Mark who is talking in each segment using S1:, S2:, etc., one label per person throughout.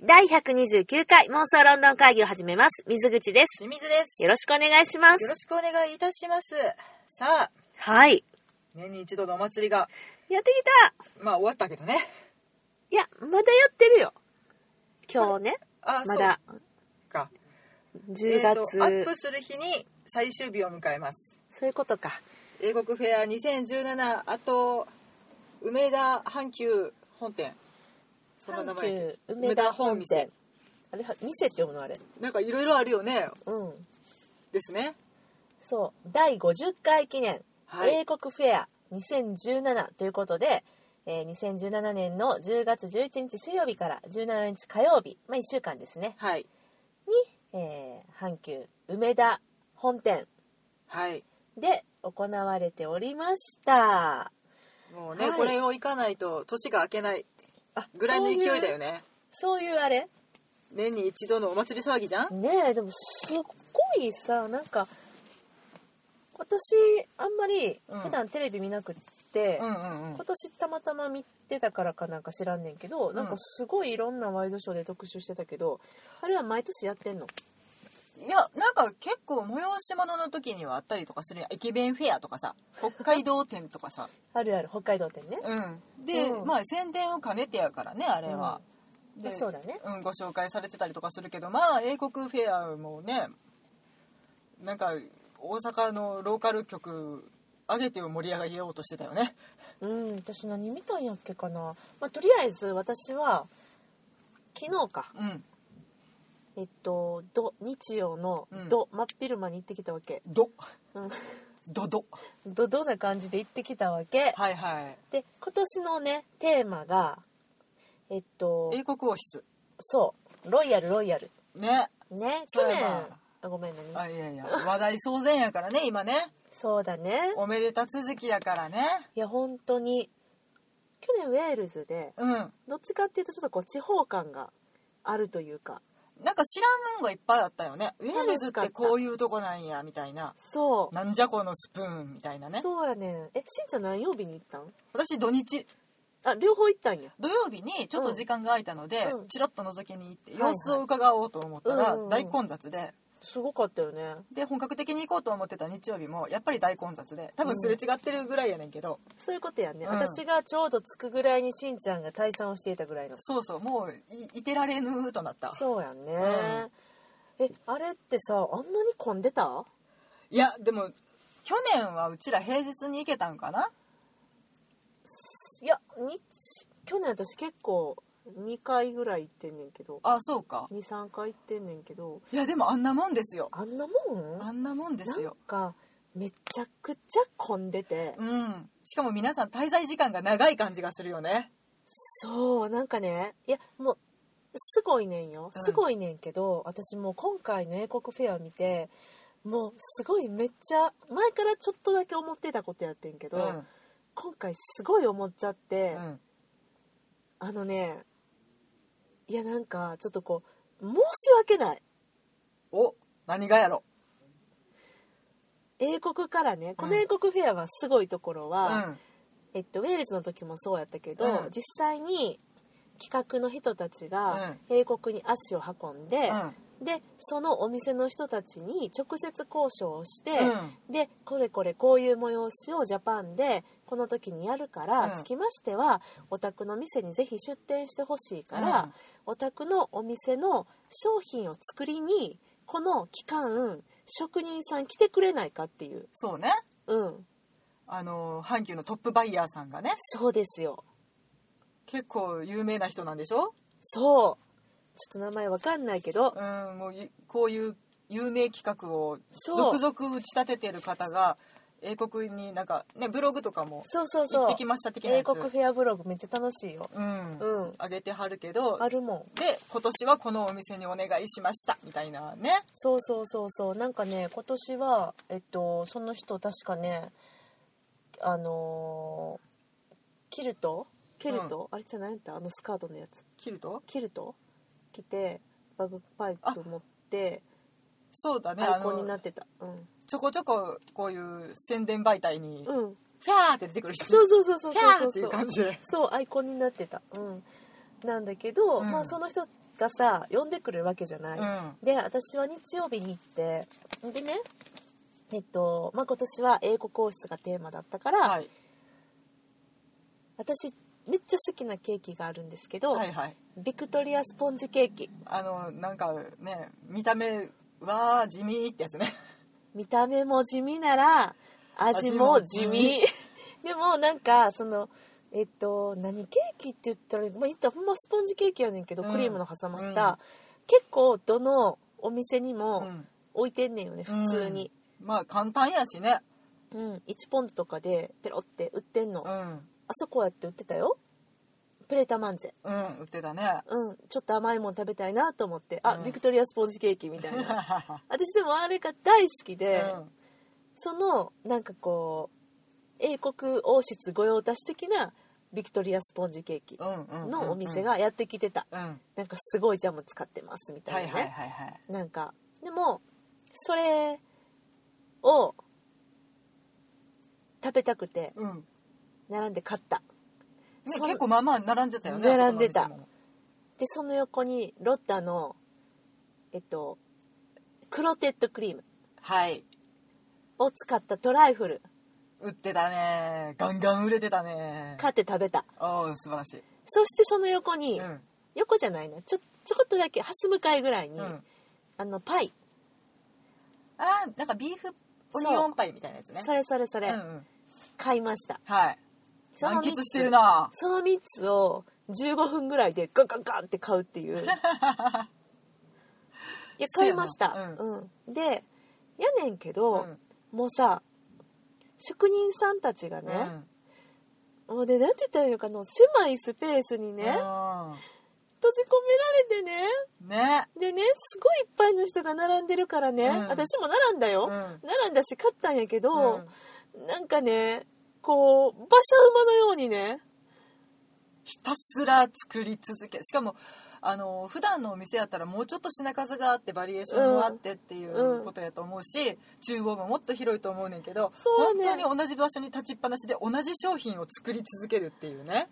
S1: 第129回妄想ロンドン会議を始めます。水口です。
S2: 清水です。
S1: よろしくお願いしま
S2: よ
S1: す
S2: ろ。しくお願いいたします。さあ、
S1: はい。
S2: 年に一度のお祭りが、
S1: やってきた
S2: まあ終わったけどね。
S1: いや、まだやってるよ。今日ね。
S2: あ
S1: まだ
S2: そうか。
S1: 10
S2: えーとアッ
S1: 月
S2: プ。する日に最終日を迎えます。
S1: そういうことか。
S2: 英国フェア2017、あと、梅田阪急本店。そんな名
S1: 阪
S2: 前やっ
S1: 急
S2: け
S1: 梅田本店。あれ、店って読むのあれ。
S2: なんかいろいろあるよね。
S1: うん。
S2: ですね。
S1: そう。第50回記念、
S2: はい
S1: 英国フェア2017ということで、えー2017年の10月11日水曜日から17日火曜日、まあ1週間ですね、
S2: はい。
S1: に、えー阪急梅田本店
S2: はい。
S1: で行われておりました。
S2: もうね、
S1: はい
S2: これを行かないと年が明けない
S1: あ
S2: ぐらいの勢いだ
S1: ね。
S2: よね。
S1: そういうそういうあれ
S2: 年に一度のお祭り騒ぎじゃん
S1: ねえでもすっごいさなんか私あんまり
S2: うん
S1: 普段テレビ見なくって、
S2: うんうんうん
S1: 今。年たまたま見てたからかなんか知らんねんけど、なんかすごいいろんなワイドショーで特集してたけどあれは毎年やってんの
S2: いやなんか結構催し物の時にはあったりとかするやん駅弁フェアとかさ北海道展とかさ
S1: あるある北海道店ね
S2: うんで、
S1: うん
S2: まあ宣伝を兼ねてやからねあれは、
S1: まあそうだね
S2: ん、ご紹介されてたりとかするけどまあ英国フェアもねなんか大阪のローカル局上げてを盛り上げようとしてたよね
S1: うん私何見たんやっけかな、まあ、とりあえず私は昨日か
S2: うん
S1: えっと土日曜の
S2: うん
S1: 土、真っ昼間に行ってきたわけ、
S2: ど
S1: うん、
S2: どど
S1: どどんな感じで行ってきたわけ
S2: はいはい
S1: で今年のねテーマがえっと
S2: 英国王室
S1: そうロイヤルロイヤル
S2: ね
S1: ね
S2: そ
S1: 去
S2: うや
S1: 年
S2: な
S1: あごめんね
S2: あいやいや話題騒然やからね今ね
S1: そうだね
S2: おめでた続きやからね
S1: いや本当に去年ウェールズで
S2: うん
S1: どっちかっていうとちょっとこう地方感があるというか
S2: なんか知らんもんがいっぱいあったよねウェールズ
S1: 楽し
S2: っ
S1: かってた
S2: こういうとこなんやみたいな
S1: そう、
S2: なんじゃこのスプーンみたいなね
S1: そうやねんえしんちゃん何曜日に行ったん
S2: 私土日
S1: あ両方行ったんや
S2: 土曜日にちょっと時間が空いたので、
S1: うん
S2: チラッと覗きに行って
S1: はいはい
S2: 様子を伺おうと思ったら
S1: うんうん
S2: 大混雑で
S1: すごかったよね
S2: で本格的に行こうと思ってた日曜日もやっぱり大混雑で多分すれ違ってるぐらいやねんけど、
S1: そういうことやね、
S2: うん
S1: 私がちょうど着くぐらいにしんちゃんが退散をしていたぐらいの
S2: そうそうもういいてられぬーとなった
S1: そうやんね、
S2: う
S1: えあれってさあんなに混んでた
S2: いやでも去年はうちら平日に行けたんかない
S1: や日去年私結構2回ぐらい行ってんねんけど
S2: あそうか
S1: 23回行ってんねんけど
S2: いやでもあんなもんですよ
S1: あんなもん
S2: あんなもんです
S1: なん
S2: よ
S1: かめちゃくちゃ混んでて、
S2: うん、しかも皆さん滞在時間が長い感じがするよね
S1: そうなんかねいやもうすごいねんよ
S2: うん
S1: すごいねんけど、私もう今回の英国フェアを見てもうすごいめっちゃ前からちょっとだけ思ってたことやってんけど、
S2: うん、
S1: 今回すごい思っちゃって、
S2: うん、
S1: あのねいやなんかちょっとこう申し訳ない
S2: お何がやろ
S1: 英国からねこの英国フェアはすごいところ
S2: う
S1: は、
S2: ん
S1: えっと、ウェールズの時もそうやったけど、
S2: うん
S1: 実際に企画の人たちが英国に足を運んで、でそのお店の人たちに直接交渉をして、でこれこれこういう催しをジャパンでこの時にやるから、
S2: うん
S1: つきましてはお宅の店にぜひ出店してほしいから、
S2: うん
S1: お宅のお店の商品を作りにこの期間職人さん来てくれないかっていう
S2: そうね
S1: うん
S2: あの阪急のトップバイヤーさんがね
S1: そうですよ
S2: 結構有名な人なんでしょ
S1: そうちょっと名前わかんないけど
S2: うんもういこういう有名企画を
S1: そう
S2: 続々打ち立ててる方が英国になんかねブログとかも
S1: そうそう
S2: 行
S1: そ
S2: っ
S1: う
S2: てきました的な
S1: 英
S2: やつ
S1: 国フェアブログめっちゃ楽しいよ
S2: うん、
S1: うん
S2: 上げてはるけど
S1: あるもん
S2: で今年はこのお店にお願いしましたみたいなね
S1: そうそうそうそうなんかね今年はえっとその人確かねあのーキルトキルト、あれじゃないんだあのスカートのやつ
S2: 切ると
S1: キルト着てバグパイプ持って
S2: そうだね
S1: ア
S2: あ
S1: イコン
S2: の
S1: になってたうん
S2: ちょこちょここういう宣伝媒体に
S1: うん
S2: キャーって出てくる人
S1: そうそうそうそう
S2: キ
S1: そう
S2: ャ
S1: そ
S2: ー
S1: う
S2: っていう感じで
S1: そうアイコンになってたうんなんだけど、
S2: うん
S1: まあその人がさ呼んでくるわけじゃない、
S2: うん
S1: で私は日曜日に行ってでねえっとまあ今年は英国王室がテーマだったから、
S2: はい
S1: 私めっちゃ好きなケーキがあるんですけど、
S2: はいはい
S1: ビクトリアスポンジケーキ
S2: あのなんかね見た目は地味ってやつね
S1: 見た目も地味なら味も地味
S2: 味も地味
S1: でもなんかそのえっと何ケーキって言ったらいいのまあ言ったらほんまスポンジケーキやねんけど、
S2: うん
S1: クリームの挟まっ
S2: うん
S1: た、結構どのお店にも
S2: うん
S1: 置いてんねんよね、普通に、
S2: まあ簡単やしね
S1: うん、1ポンドとかでペロって売ってんの、
S2: う
S1: あ
S2: ん
S1: そこやって売ってたよプレタマンジェ
S2: うん売ってたね
S1: うんちょっと甘いもん食べたいなと思ってあ、
S2: うん
S1: ビクトリアスポンジケーキみたい な
S2: う
S1: 私でもあれが大好きで、
S2: ん
S1: そのなんかこう英国王室御用達的なビクトリアスポンジケーキ
S2: うんうんうん
S1: のお店がやってきてた、
S2: うんは
S1: なんかすごいジャム使ってますみ
S2: い
S1: た
S2: はいい
S1: なね、
S2: はいはい
S1: なんかでもそれを食べたくて
S2: うん
S1: 並んで買った
S2: ね
S1: その
S2: 結構まあまあ並んでたよね
S1: 並んでた
S2: あそこのお店も
S1: でその横にロッタのえっとクロテッドクリーム
S2: はい
S1: を使ったトライフル
S2: 売ってたねガンガン売れてたね
S1: 買って食べた
S2: おお素晴らしい
S1: そしてその横に、
S2: うん
S1: 横じゃないなちょちょこっとだけ初向かいぐらいに、
S2: うん
S1: あのパイ
S2: あーなんかビーフオニオンパイみたいなやつね
S1: それそれそれ、
S2: うんうん
S1: 買いました
S2: はい
S1: その
S2: 満
S1: 3
S2: 喫
S1: つ
S2: してるな
S1: その3つを15分ぐらいでガンガンガンって買うっていうい や買いました
S2: そうやな
S1: うんでやねんけ
S2: う
S1: ど、
S2: ん
S1: もうさ職人さんたちが
S2: う
S1: ね、
S2: ん
S1: もうで何て言ったらいいのかな狭いスペースにね、閉じ込められてね
S2: うんね
S1: でねすごいいっぱいの人が並んでるからね、
S2: うん
S1: 私も並んだよ、
S2: うん
S1: 並んだし買ったんやけ
S2: う
S1: ど
S2: ん、
S1: なんかねこう馬車馬のようにね
S2: ひたすら作り続けしかもあの普段のお店やったらもうちょっと品数があってバリエーションもあってってい
S1: うん
S2: うことやと思うし、中央ももっと広いと思うねんけど、
S1: そう
S2: 本
S1: ね
S2: 当に同じ場所に立ちっぱなしで同じ商品を作り続けるっていうね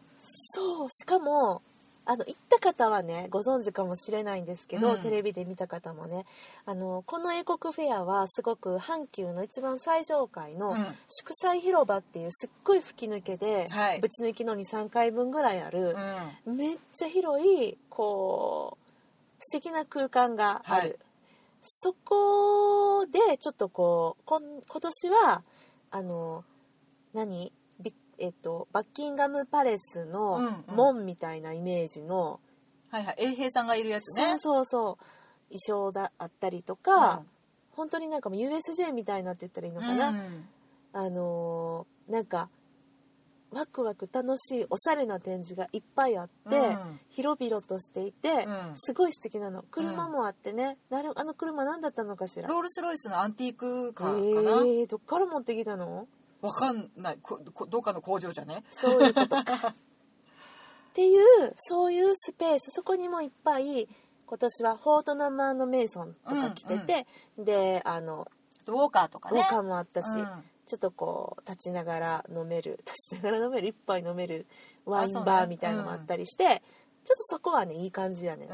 S1: そうしかもあの行った方はねご存知かもしれないんですけど、
S2: うん
S1: テレビで見た方もねあのこの英国フェアはすごく阪急の一番最上階の
S2: うん
S1: 祝祭広場っていうすっごい吹き抜けで、
S2: はい
S1: ぶち抜きの23回分ぐらいある、
S2: うん
S1: めっちゃ広いこう素敵な空間がある、
S2: はい
S1: そこでちょっとこうこん今年はあの何びえっと、バッキンガム・パレス
S2: うん
S1: の
S2: うん
S1: 門みたいなイメージの、
S2: はいはい衛兵さんがいるやつ
S1: そ
S2: ね
S1: うそうそう衣装だあったりとか、
S2: うん
S1: 本当になんかもう USJ みたいなって言ったらいいのかな、
S2: うん
S1: あのーなんかワクワク楽しいおしゃれな展示がいっぱいあって、
S2: うん
S1: 広々としていて、
S2: うん
S1: すごい素敵なの車もあってね、なるあの車何だったのかしら
S2: ロールス・ロイスのアンティークカ
S1: え
S2: ーかな、
S1: ーどっから持ってきたの
S2: わかんないここどっかの工場じゃね
S1: そういう ことかっていうそういうスペースそこにもいっぱい今年はフォートナムメイソンとか来てて、であの
S2: ウォーカーとか
S1: ウ
S2: ね
S1: ォーカーもあったし、
S2: うん
S1: ちょっとこう立ちながら飲める 立ちながら飲める一杯飲めるワインバーみたいのもあったりして、ちょっとそこはねいい感じやね、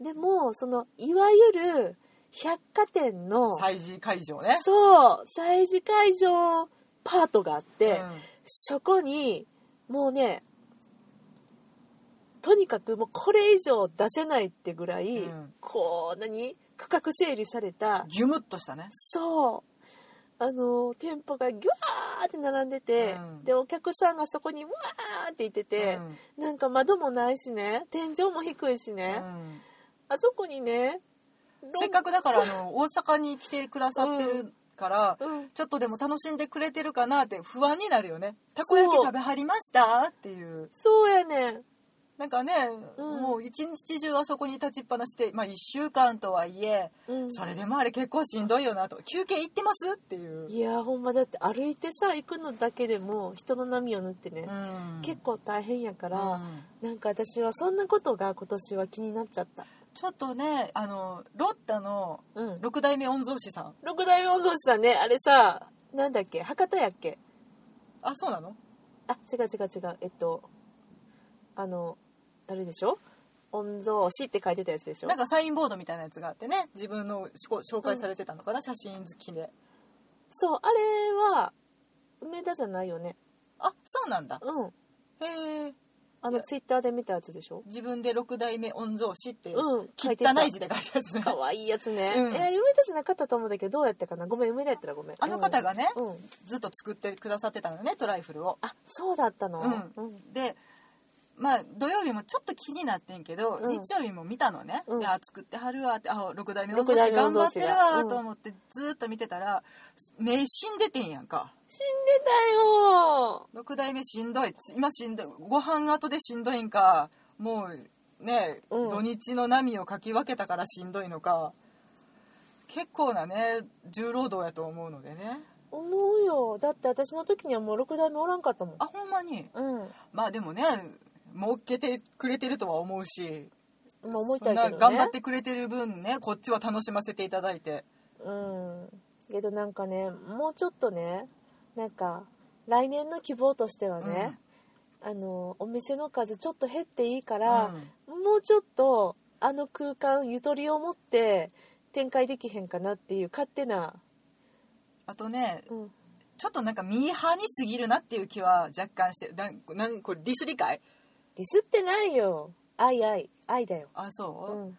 S2: うん
S1: でもそのいわゆる百貨店の
S2: 催事会場ね
S1: そう催事会場パートがあって、
S2: うん
S1: そこにもうねとにかくもうこれ以上出せないってぐらい、
S2: うん
S1: こう何区画整理された
S2: ギュムッとしたね
S1: そうあの店舗がギュワーって並んでて、
S2: うん
S1: でお客さんがそこにうわーっていてて、なんか窓もないしね天井も低いし
S2: うん
S1: ね、
S2: うん
S1: あそこにね
S2: せっかくだからあの大阪に来てくださってるから、
S1: うん
S2: ちょっとでも楽しんでくれてるかなって不安になるよねたこ焼き
S1: そう
S2: 食べはりましたっていう
S1: そうやねん
S2: なんかね、
S1: うん
S2: もう一日中あそこに立ちっぱなしで、まあ、1週間とはいえ、
S1: うん
S2: それでもあれ結構しんどいよなと休憩行ってますっていう、
S1: いやーほんまだって歩いてさ行くのだけでも人の波を縫ってね、
S2: うん
S1: 結構大変やから、
S2: うん
S1: なんか私はそんなことが今年は気になっちゃった、
S2: ちょっとねあのロッタの
S1: うん、
S2: 六代目御曹司さん
S1: 六代目御曹司さんねあれさなんだっけ博多やっけ
S2: あそうなの
S1: あ違う違う違うえっとあのあれでしょ御曹司って書いてたやつでしょ
S2: なんかサインボードみたいなやつがあってね自分のしょ紹介されてたのかな、写真好きで
S1: そうあれは梅田じゃないよね
S2: あそうなんだ
S1: うん
S2: へえ
S1: あのツイッターで見たやつでしょ
S2: 自分で六代目御曹司って、
S1: うん書
S2: 汚
S1: いてた
S2: い字で書いたやつね
S1: かわいいやつね、
S2: うん
S1: えー梅田じゃなかったと思うんだけどどうやったかなごめん梅田やったらごめん
S2: あの方がね、
S1: うん、うん
S2: ずっと作ってくださってたのよねトライフルを
S1: あそうだったの
S2: うんでまあ土曜日もちょっと気になってんけど、
S1: うん
S2: 日曜日も見たのね、
S1: うん
S2: であ作ってはるわってあ六代目御
S1: 六
S2: 曹
S1: 代
S2: 司
S1: 目
S2: 頑張
S1: 御曹
S2: っ
S1: 司
S2: て
S1: が
S2: るわ
S1: うん
S2: と思ってずっと見てたら、目死んでてんやんか
S1: 死んでたよ
S2: 六代目しんどい今しんどいご飯後でしんどいんかもうね、
S1: うん
S2: 土日の波をかき分けたからしんどいのか結構なね重労働やと思うのでね
S1: 思うよだって私の時にはもう6代目おらんかったもん
S2: あほんまに
S1: うん
S2: まあでもね儲けてくれてるとは思うし
S1: まあ思いた
S2: そ
S1: い
S2: ん
S1: けど
S2: な
S1: ね
S2: 頑張ってくれてる分ねこっちは楽しませていただいて
S1: うんけどなんかねもうちょっとねなんか来年の希望としてはね、あのお店の数ちょっと減っていいから、もうちょっとあの空間ゆとりを持って展開できへんかなっていう勝手な、
S2: あとね
S1: うん、
S2: ちょっとなんかミーハーに過ぎるなっていう気は若干してなんなんこれディス理解
S1: ディスってないよ愛愛愛だよ、
S2: あそう
S1: う、ん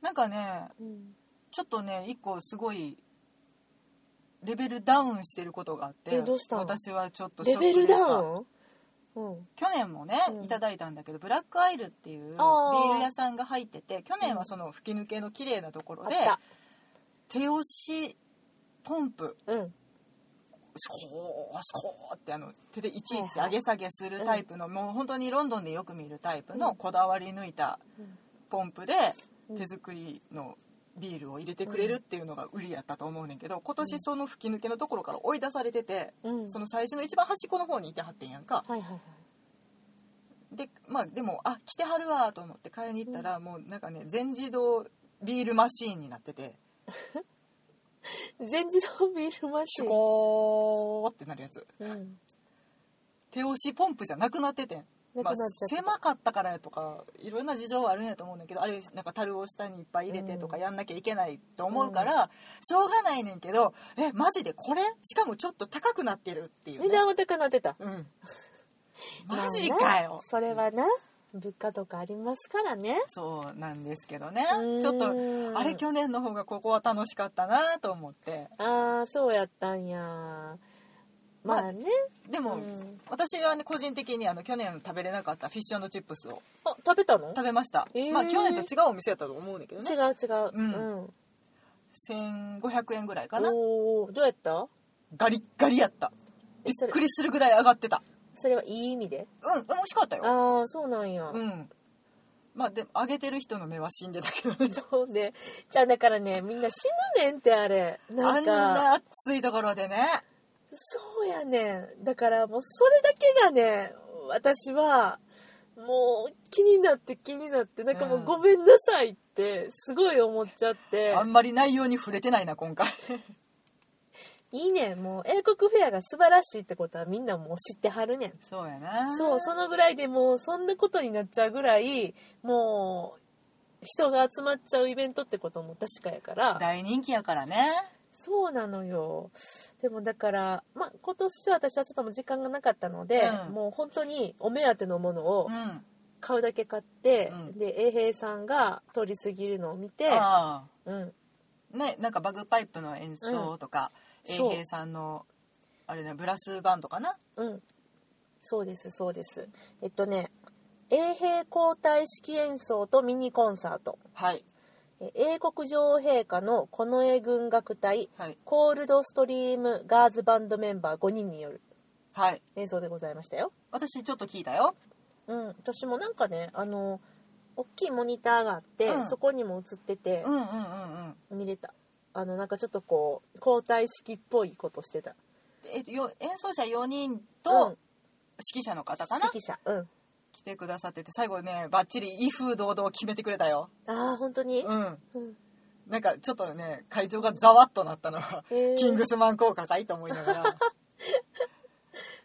S2: なんかね
S1: うん、
S2: ちょっとね一個すごいレベルダウンしてることがあって
S1: えどうしたの
S2: 私はちょっとショ
S1: レ
S2: ック
S1: ベ
S2: でした
S1: ルダウン、うん、
S2: 去年もね、
S1: うん
S2: いただいたんだけどブラックアイルっていうビ
S1: あー
S2: ール屋さんが入ってて去年はその吹き抜けの綺麗なとこ
S1: あ
S2: ろ
S1: っ
S2: で、
S1: た
S2: 手押しポンプ
S1: うん
S2: スコースコーってあの手でいちいち上げ下げするタイプの、もう本当にロンドンでよく見るタイプ
S1: うん
S2: のこだわり抜いた
S1: うん
S2: ポンプで
S1: うん
S2: 手作りのビールを入れてくれるっていうのが売りやったと思うねんけど今
S1: うん
S2: 年その吹き抜けのところから追い出されてて
S1: うん
S2: その最初の一番端っこの方にいてはってんやんか
S1: はいはいはい
S2: でまあでもあ来てはるわと思って買いに行ったらもうなんかね全自動ビールマシーンになってて
S1: 全自動ビールマシ
S2: シ
S1: ン
S2: ュ、コーってなるやつ
S1: うん、
S2: 手押しポンプじゃなくなってて
S1: な
S2: ん
S1: くなっちゃった、
S2: まあ、狭かったからやとかいろんな事情はあるんやと思うんだけどあれなんか樽を下にいっぱい入れてとかやんなきゃいけないと思うから、しょうがないねんけどえマジでこれしかもちょっと高くなってるっていう、ね
S1: 値、段は高くなってた
S2: うんマジかよ、
S1: まあなそれはな物価とかありますからね
S2: そうなんですけどね
S1: うん
S2: ちょっとあれ去年の方がここは楽しかったなと思って
S1: ああそうやったんやまあね、
S2: でも、
S1: うん
S2: 私はね個人的にあの去年食べれなかったフィッシュチップスを
S1: あ食べたの
S2: 食べました、
S1: えー
S2: まあ去年と違うお店やったと思うんだけど
S1: 違
S2: ね
S1: う違うう
S2: うんん、1500円ぐらいかな
S1: おおどうやった
S2: ガリッガリやった
S1: え
S2: び
S1: そ
S2: っ
S1: れ
S2: くりするぐらい上がってた
S1: それはいい意味で
S2: うん美味しかったよ
S1: ああそうなんや、
S2: うんまあでも揚げてる人の目は死んでたけどね
S1: そうねじゃあだからねみんな死ぬねんってあれ
S2: あ
S1: なんんか
S2: な暑いところでね
S1: そうやねんだからもうそれだけがね私はもう気になって気になってなんかもううんごめんなさいってすごい思っちゃって、
S2: あんまり内容に触れてないな今回
S1: いいねもう英国フェアが素晴らしいってことはみんなもう知ってはるねん
S2: そうやな
S1: そうそのぐらいでもうそんなことになっちゃうぐらいもう人が集まっちゃうイベントってことも確かやから
S2: 大人気やからね
S1: そうなのよでもだから、まあ、今年は私はちょっともう時間がなかったので、
S2: うん
S1: もう本当にお目当てのものを
S2: うんあ
S1: 買うだけ買って、
S2: うん
S1: で衛兵さんが通り過ぎるのを見て、
S2: あ
S1: うん、
S2: ねなんかバグパイプの演奏とか
S1: うん
S2: 永
S1: そう
S2: 平、さんのあれねブラスバンドかな
S1: うん。そうです、そうです。えっとね、衛兵交代式演奏とミニコンサート。
S2: はい
S1: え英国女王陛下の近衛軍楽隊、
S2: はい
S1: コールドストリームガーズバンドメンバー5人による
S2: はい
S1: 演奏でございましたよ。
S2: 私ちょっと聞いたよ
S1: うん、私もなんかね、あの、大きいモニターがあって、
S2: うん
S1: そこにも映ってて
S2: うんうんうんうん
S1: 見れた。あの、なんかちょっとこう、交代式っぽいことしてた。
S2: えっとよ演奏者4人
S1: うん
S2: と指揮者の方かな、
S1: 指揮者。うん。
S2: 来てくださってて最後ねバッチリ威風堂々決めてくれたよ
S1: ああ、本当に、
S2: うん
S1: うん
S2: なんかちょっとね会場がざわっとなったのは、
S1: へー
S2: キングスマン効果かいと思いながら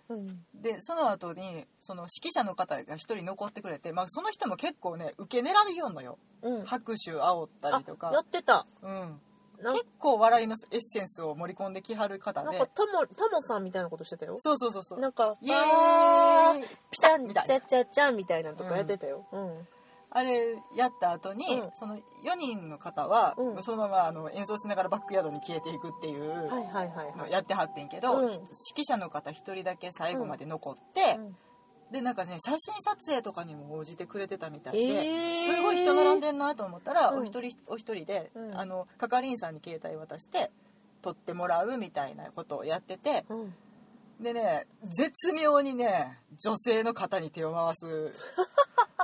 S1: うん
S2: でその後にその指揮者の方が一人残ってくれて、まあ、その人も結構ね受け狙いよんのよ
S1: うん
S2: 拍手煽ったりと
S1: あや
S2: か、
S1: ってた
S2: うん、
S1: なん
S2: 結構笑いのエッセンスを盛り込んできはる方
S1: なん
S2: で
S1: かタモタモさんみたいなことしてたよ
S2: そうそうそうそう
S1: なんか
S2: イエーイ
S1: ピチャン
S2: み
S1: み
S2: た
S1: た
S2: い
S1: い
S2: な
S1: なチャチャチャンみたいなのとかやってたようん、
S2: あれやった後に、
S1: うん
S2: その4人の方は、
S1: うん
S2: そのままあの演奏しながらバックヤードに消えていくっていう
S1: はいはいはい
S2: の
S1: は
S2: を
S1: い
S2: やってはってんけど、
S1: うん
S2: 指揮者の方1人だけ最後まで残って、
S1: うん
S2: でなんかね写真撮影とかにも応じてくれてたみたいで、
S1: へー
S2: すごい人並んでんなと思ったら、
S1: うん
S2: お一人お一人で、
S1: うん
S2: あの係員さんに携帯渡して撮ってもらうみたいなことをやってて
S1: うん
S2: でね絶妙にね女性の肩に手を回 す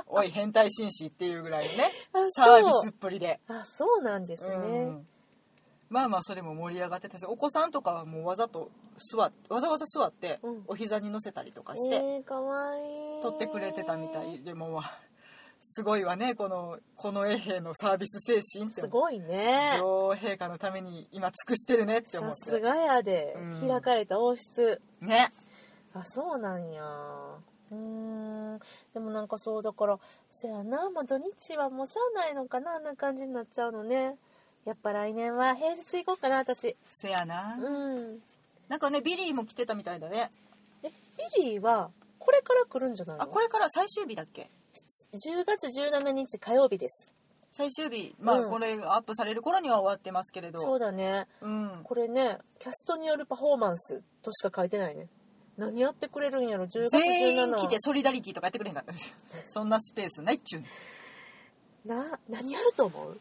S2: おい変態紳士っていうぐらいのね
S1: あそう
S2: サービスっぷりで。
S1: あそうなんですね、
S2: うんまあまあそれも盛り上がってたしお子さんとかはもうわざと座っわざわざ座って
S1: うん
S2: お膝に乗せたりとかして、
S1: えー、かわいい
S2: 撮ってくれてたみたいでもうわすごいわねこのこの衛兵のサービス精神って
S1: すごいね
S2: 女王陛下のために今尽くしてるねって思
S1: さ
S2: っ
S1: す
S2: て
S1: がやで、
S2: うん
S1: 開かれた王室
S2: ね
S1: あそうなんやうーんでもなんかそうだからそやな、まあ、土日はもうしゃあないのかなあんな感じになっちゃうのねやっぱ来年は平日行こうかな私
S2: せやな、
S1: うん
S2: なんかねビリーも来てたみたいだね
S1: えビリーはこれから来るんじゃないの
S2: あこれから最終日だっけ
S1: 10月17日火曜日です
S2: 最終日まあ
S1: うん
S2: これがアップされる頃には終わってますけれど
S1: そうだね
S2: うん
S1: これねキャストによるパフォーマンスとしか書いてないね何やってくれるんやろ10月17
S2: 全員来てソリダリティとかやってくれへんかったんですよそんなスペースないっちゅうねん
S1: な何やると思う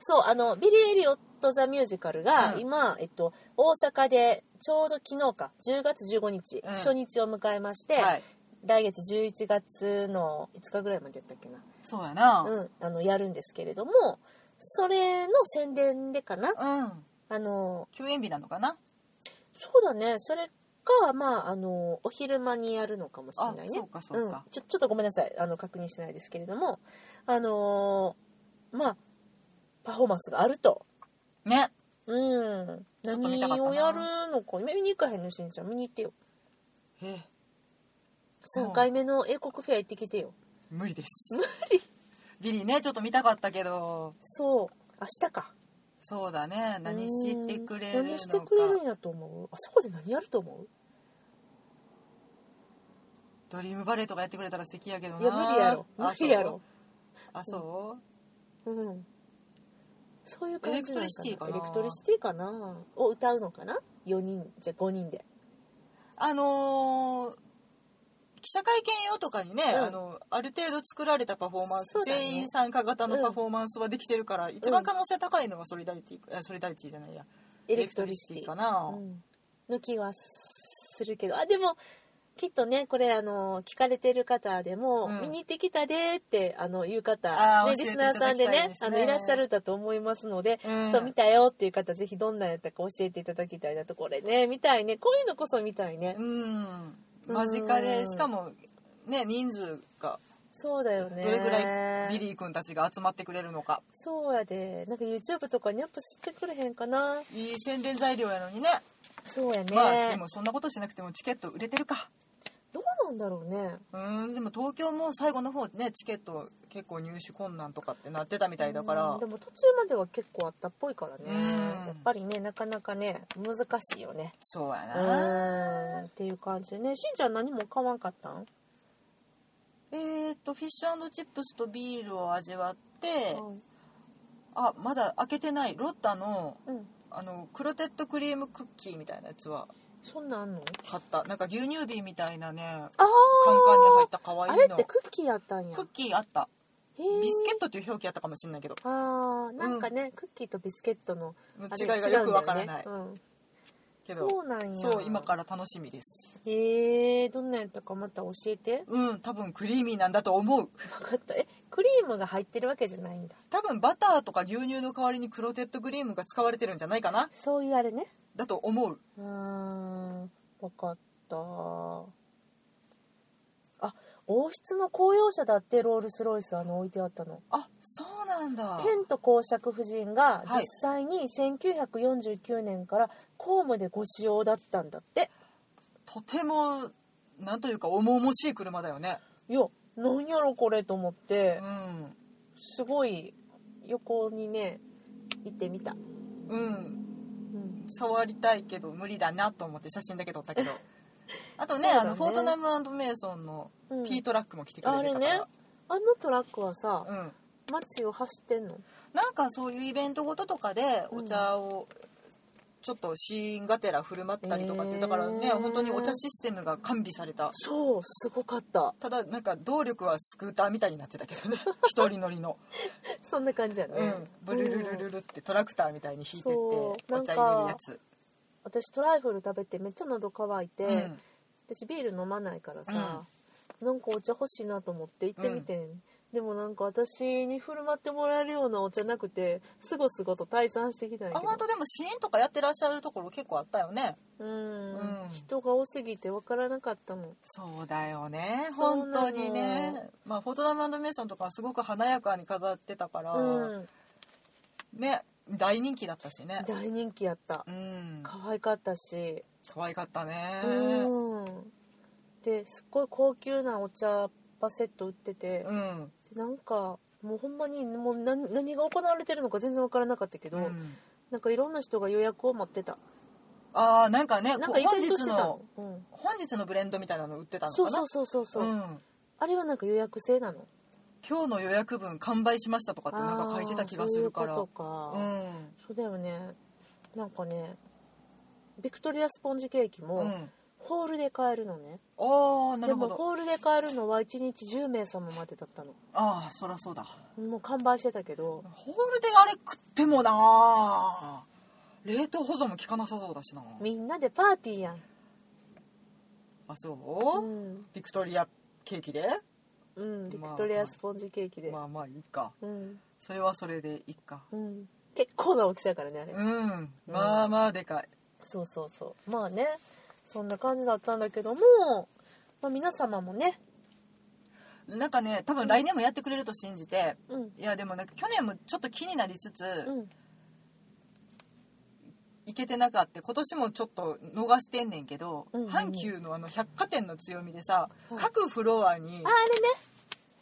S1: そうあのビリー・エリオット・ザ・ミュージカルが、
S2: うん
S1: 今、えっと、大阪でちょうど昨日か10月15日、
S2: うん
S1: 初日を迎えまして、
S2: はい
S1: 来月11月の5日ぐらいまでやったっけな、
S2: そうやな
S1: うん、あのやるんですけれどもそれの宣伝でかな、
S2: うん
S1: あの
S2: 休園日なのかな
S1: そうだねそれかまああのお昼間にやるのかもしれないね
S2: あそうかそうか
S1: ん、ちょちょっとごめんなさいあの確認してないですけれどもあのーまあパフォーマンスがあると
S2: ね
S1: うん
S2: ょっと見たかったな
S1: 何をやるのか見に行かへんのしんちゃん見に行ってよ
S2: ええ
S1: 3回目の英国フェア行ってきてよ
S2: 無理です
S1: 無理
S2: ビリーねちょっと見たかったけど
S1: そう明日か
S2: そうだね何してく
S1: う
S2: れる
S1: ん何
S2: のか
S1: してくれるんやと思うあそこで何やると思う
S2: ドリームバレーとかやってくれたら素敵やけどない
S1: や無理やろ無理やろ
S2: あそう
S1: うんそういう感じなん
S2: エレクトリシティかな
S1: エレクトリシティかなを歌うのかな4人じゃあ5人で
S2: あのー記者会見用とかにね、
S1: うん
S2: あのある程度作られたパフォーマンス、
S1: そうだね
S2: 全員参加型のパフォーマンスはできてるから、一番可能性高いのはソリダリティ、えソリダリティじゃないや
S1: エレクトリシティ
S2: エレクトリかな、
S1: うん、の気はするけどあでもきっとねこれあの聞かれてる方でも、
S2: うん
S1: 見に行ってきたでってあのいう
S2: あ
S1: 方、
S2: ー
S1: ね、
S2: 教
S1: リ
S2: えて
S1: ス
S2: いただ
S1: ナー
S2: きた
S1: さ
S2: い
S1: ん
S2: で
S1: ですね
S2: ね
S1: あのいらっしゃるだと思いますので、
S2: うん
S1: ちょっと見たよっていう方ぜひどんなんやったか教えていただきたいなとこれね見たいねこういうのこそ見たいね、
S2: うん間近で
S1: うん
S2: しかもね人数が
S1: そうだよ
S2: ど
S1: ね
S2: れぐらいビリー君たちが集まってくれるのか
S1: そうやでなんか YouTube とかにアップしてくれへんかない
S2: い宣伝材料やのにね
S1: そうやね、
S2: まあでもそんなことしなくてもチケット売れてるか
S1: どうなんだろうね
S2: うんでも東京も最後の方ねチケット結構入手困難とかってなってたみたいだから、
S1: うんでも途中までは結構あったっぽいからね
S2: うん
S1: やっぱりねなかなかね難しいよね
S2: そうや
S1: う
S2: な
S1: ーんっていう感じでねしんちゃん何も買わんかったん
S2: えー、とフィッシュチップスとビールを味わって、
S1: うん
S2: あまだ開けてないロッタの
S1: うん
S2: あのクロテッドクリームクッキーみたいなやつは
S1: そんなんあんの
S2: 買ったなんか牛乳瓶みたいなね
S1: あ
S2: カンカンに入っ
S1: ー
S2: た可愛い
S1: あ
S2: の
S1: れってクッキーやったんや
S2: クッキーあった
S1: へー
S2: ビスケットっていう表記あったかもしれないけど
S1: あーなんかね、クッキーとビスケットのあ
S2: 違
S1: れ
S2: いが
S1: 違う
S2: よ
S1: んだ
S2: くわからない
S1: ねうん
S2: けど
S1: そうなんや
S2: そう今から楽しみです
S1: へえどんなんやったかまた教えて
S2: うん多分クリーミーなんだと思う
S1: 分かったえクリームが入ってるわけじゃないんだ
S2: 多分バターとか牛乳の代わりにクロテッドクリームが使われてるんじゃないかな
S1: そういうあれね
S2: だと思う
S1: うーん分かったあ王室の公用車だってロールス・ロイスあの置いてあったの
S2: あそうなんだ
S1: ケント公爵夫人が
S2: はい
S1: 実際に1949年から公務でご使用だったんだって、
S2: ととてもなんというか重々しい車だよね
S1: いやなんやろこれと思って
S2: うん
S1: すごい横にね行ってみた、
S2: うん
S1: うん、
S2: 触りたいけど無理だなと思って写真だけ 撮ったけどあとね
S1: そうだね
S2: あのフォートナムメイソンの
S1: うん
S2: T トラックも来てくれてたか
S1: あれね
S2: ら、
S1: あのトラックはさ
S2: うん、
S1: 街を走ってんの
S2: なんかそういうイベントごととかでお茶をちょっとシーンがてら振る舞ったりとかって、
S1: へー
S2: だからね本当にお茶システムが完備された
S1: そうすごかった
S2: ただなんか動力はスクーターみたいになってたけど ね一人乗りの、
S1: そんな感じやね、
S2: うん、ブルルルルルってトラクターみたいに引いてって
S1: そ
S2: お
S1: うなんか
S2: 茶入れるやつ、
S1: 私トライフル食べてめっちゃ喉乾いて、
S2: うん、
S1: 私ビール飲まないからさ、なんかお茶欲しいなと思って行ってみてん、でもなんか私に振る舞ってもらえるようなお茶なくてすごすごと退散してきたんや
S2: あ
S1: け
S2: 本
S1: ど
S2: 当でもシーンとかやってらっしゃるところ結構あったよね
S1: うん、
S2: うん
S1: 人が多すぎてわからなかったの
S2: そうだよね
S1: そう
S2: 本
S1: なの
S2: 当にねまあフォートナムメイソンとかはすごく華やかに飾ってたから、
S1: うん
S2: ね大人気だったしね
S1: 大人気やった
S2: うん
S1: 可愛かったし
S2: 可愛かったね
S1: うんですっごい高級なお茶パセット売ってて、
S2: うん
S1: でなんかもうほんまにもう何何が行われてるのか全然分からなかったけど、
S2: うん
S1: なんかいろんな人が予約を持ってた
S2: ああなんかね
S1: なん
S2: こ
S1: か
S2: う
S1: イベ
S2: 本
S1: ン
S2: 日
S1: トしてた
S2: の
S1: の、うん、
S2: 本日のブレンドみたいなの売ってたのか
S1: そ
S2: な
S1: うそうそうそうそう、
S2: うん
S1: あれはなんか予約制なの
S2: 今日の予約分完売しましたとかってなんか書いてた気がするから
S1: あーそういうこと
S2: う
S1: か、
S2: ん
S1: そうだよねなんかねビクトリアスポンジケーキ
S2: う
S1: も
S2: ん
S1: ホールで買えるのね、
S2: ああな
S1: で
S2: るほ
S1: も
S2: ど
S1: ホールで買えるのは1日10名様までだったの
S2: ああそらそうだ
S1: もう完売してたけど
S2: ホールであれ食ってもなー冷凍保存も効かなさそうだしな
S1: みんなでパーティーやん、
S2: あそうう、
S1: ん
S2: ビクトリアケーキで
S1: うん、ビクトリアスポンジケーキで、
S2: まあまあいいか
S1: うん
S2: それはそれでいいか
S1: うん、結構な大きさやからねあれ、
S2: うんまあまあでかい
S1: そうそうそうまあねそんな感じだったんだけども、まあ、皆様もね
S2: なんかね多分来年もやってくれると信じて
S1: うん
S2: いやでもなんか去年もちょっと気になりつつ、
S1: うん
S2: 行けてなかった今年もちょっと逃してんねんけど、
S1: うんうんうん
S2: 阪急のあの百貨店の強みでさ、
S1: はい
S2: 各フロアに
S1: ああ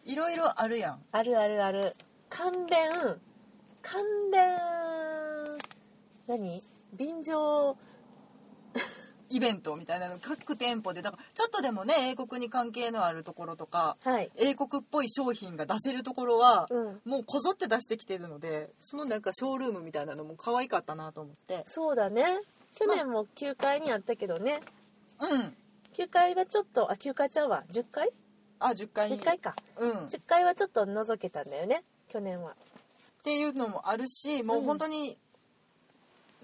S1: れね
S2: いろいろあるやん
S1: あるあるある関連関連何便乗
S2: イベントみたいなの各店舗でだからちょっとでもね英国に関係のあるところとか
S1: はい
S2: 英国っぽい商品が出せるところは、
S1: うん
S2: もうこぞって出してきてるのでそのなんかショールームみたいなのも可愛かったなと思って
S1: そうだね去年も9階にあったけどね
S2: うん
S1: 9階はちょっとあ9階ちゃうわ10階
S2: あ10階に
S1: 10階か
S2: うん、
S1: 10階はちょっと覗けたんだよね去年は
S2: っていうのもあるしもううん本当に、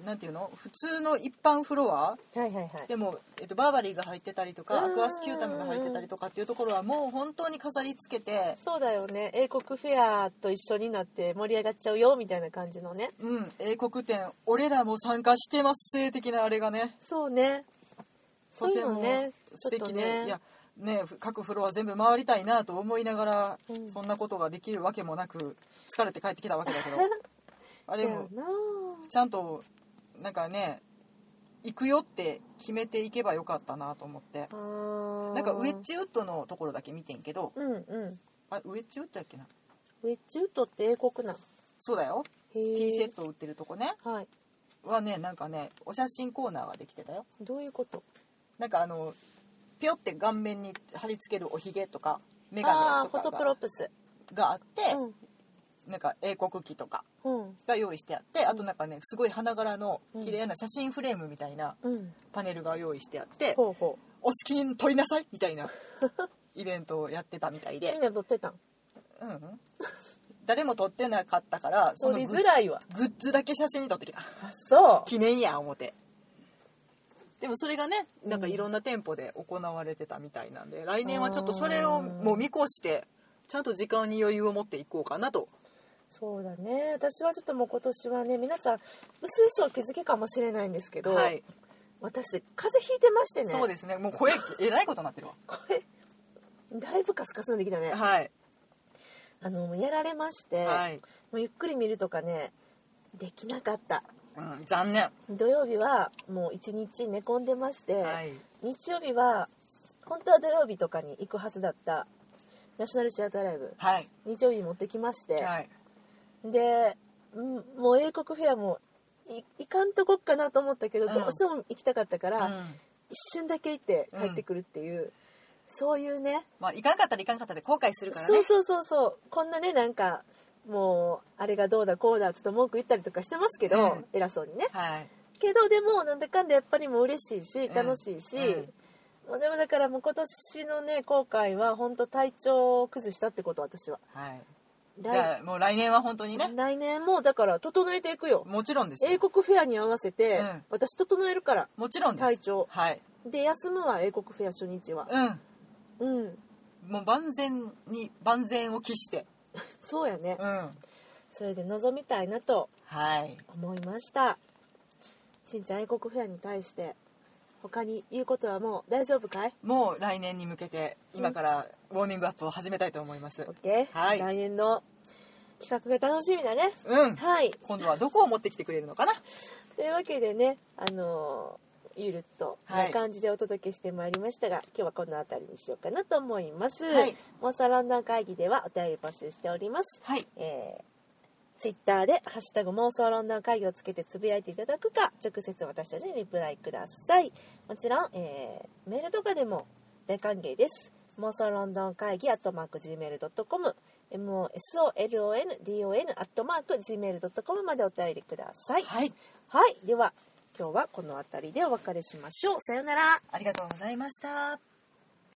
S2: なんていうの普通の一般フロア
S1: はいはいはい
S2: でも、えっと、バーバリーが入ってたりとか
S1: う
S2: ア
S1: ん
S2: クアスキュータムが入ってたりとかっていうところはもう本当に飾り付けて、
S1: そうだよね英国フェアと一緒になって盛り上がっちゃうよみたいな感じのね
S2: うん、英国展俺らも参加してます性的なあれがね
S1: そうねそう
S2: と
S1: い
S2: て
S1: うの
S2: も
S1: ね
S2: 素
S1: ちょっ
S2: 敵
S1: と
S2: で、
S1: ね
S2: いやね各フロア全部回りたいなと思いながら、
S1: うん
S2: そんなことができるわけもなく疲れて帰ってきたわけ だけど
S1: そ
S2: あ
S1: う
S2: で
S1: や
S2: も
S1: な
S2: ちゃんとなんかね行くよって決めていけばよかったなと思って
S1: あー
S2: なんかウェッジウッドのところだけ見てんけど
S1: うんうん
S2: あウェッジウッドやっけな
S1: ウェッジウッドって英国なんへ
S2: そうだよ
S1: え
S2: T セット売ってるとこね
S1: はい
S2: はねなんかねお写真コーナーができてたよ
S1: どういうこと
S2: なんかあのピョって顔面に貼り付けるおひげとかメ
S1: あ
S2: ガ
S1: あ
S2: ネ
S1: ーフォト
S2: とか
S1: プ
S2: が
S1: ロプス
S2: があって、
S1: うん
S2: なんか英国旗とか
S1: うん
S2: が用意してあってあとなんかねすごい花柄の綺麗な写真フレームみたいな
S1: うん
S2: パネルが用意してあって、
S1: ほうほ
S2: お好きに撮りなさいみた いなイベントをやってたみたい
S1: み
S2: うで
S1: ん、な撮ってたん
S2: うんうん、誰も撮ってなかったからそ
S1: 撮
S2: の
S1: り
S2: グ
S1: づ
S2: ッ
S1: らいわ
S2: グッズだけ写真に撮ってきた。
S1: あそ
S2: 記念や思てでもそれがねなんかいろんな店舗で行われてたみたいなんで来年はちょっとそれをもう見越してちゃんと時間に余裕を持っていこうかなと
S1: そうだね私はちょっともう今年はね皆さんうすうすお気づきかもしれないんですけど、
S2: はい、
S1: 私風邪ひいてましてね
S2: そうですねもう声えらいことになってるわ
S1: だいぶカスカスなんできたね
S2: はい
S1: あのもうやられまして、
S2: はい
S1: もうゆっくり見るとかねできなかった
S2: うん、残念、
S1: 土曜日はもう一日寝込んでまして、
S2: はい
S1: 日曜日は本当は土曜日とかに行くはずだったナショナルシアターライブ
S2: はい
S1: 日曜日に持ってきまして、
S2: はい
S1: で、うん、もう英国フェアもい行かんとこっかなと思ったけど、
S2: うん
S1: どうしても行きたかったから、
S2: うん
S1: 一瞬だけ行って入ってくるっていう、そういうね
S2: まあ、いかんかったらいかんかったで後悔するからね
S1: そうそうそうそうこんなねなんかもうあれがどうだこうだちょっと文句言ったりとかしてますけど、
S2: うん
S1: 偉そうにね
S2: はい
S1: けどでもなんだかんだやっぱりもう嬉しいし楽しいし、
S2: うんうん
S1: もうでもだからもう今年のね後悔は本当体調を崩したってこと私は
S2: はいじ
S1: 来
S2: ゃあもう来年は本当にね
S1: 来年もだから整えていくよ
S2: もちろんです
S1: 英
S2: よ
S1: 国フェアに合わせて、
S2: うん
S1: 私整えるから
S2: もちろんです
S1: 体調
S2: はい
S1: で休むわ英国フェア初日は
S2: うん
S1: うん
S2: もう万全に万全を期して
S1: そうやね、
S2: うん
S1: それで臨みたいなと
S2: はい
S1: 思いましたしんちゃん英国フェアに対して他に言うことはもう大丈夫かい
S2: もう来年に向けて今からウォーミングアップを始めたいと思います
S1: OK、
S2: はい
S1: 来年の企画が楽しみだね
S2: うん
S1: はい
S2: 今度はどこを持ってきてくれるのかな
S1: というわけでねあのーゆるっと
S2: は
S1: ない感じでお届けしてまいりましたが、今日はこの辺りにしようかなと思います、
S2: はい
S1: モンスターランダー会議ではお便り募集しております
S2: はい
S1: えー、ツイッターで「ハッシュタグ妄想ロンドン会議」をつけてつぶやいていただくか直接私たちにリプライくださいもちろん、えーメールとかでも大歓迎です妄想ロンドン会議アットマーク Gmail.com MOSOLONDON アットマーク Gmail.com までお便りください
S2: はい
S1: はい、では今日はこの辺りでお別れしましょうさようなら
S2: ありがとうございました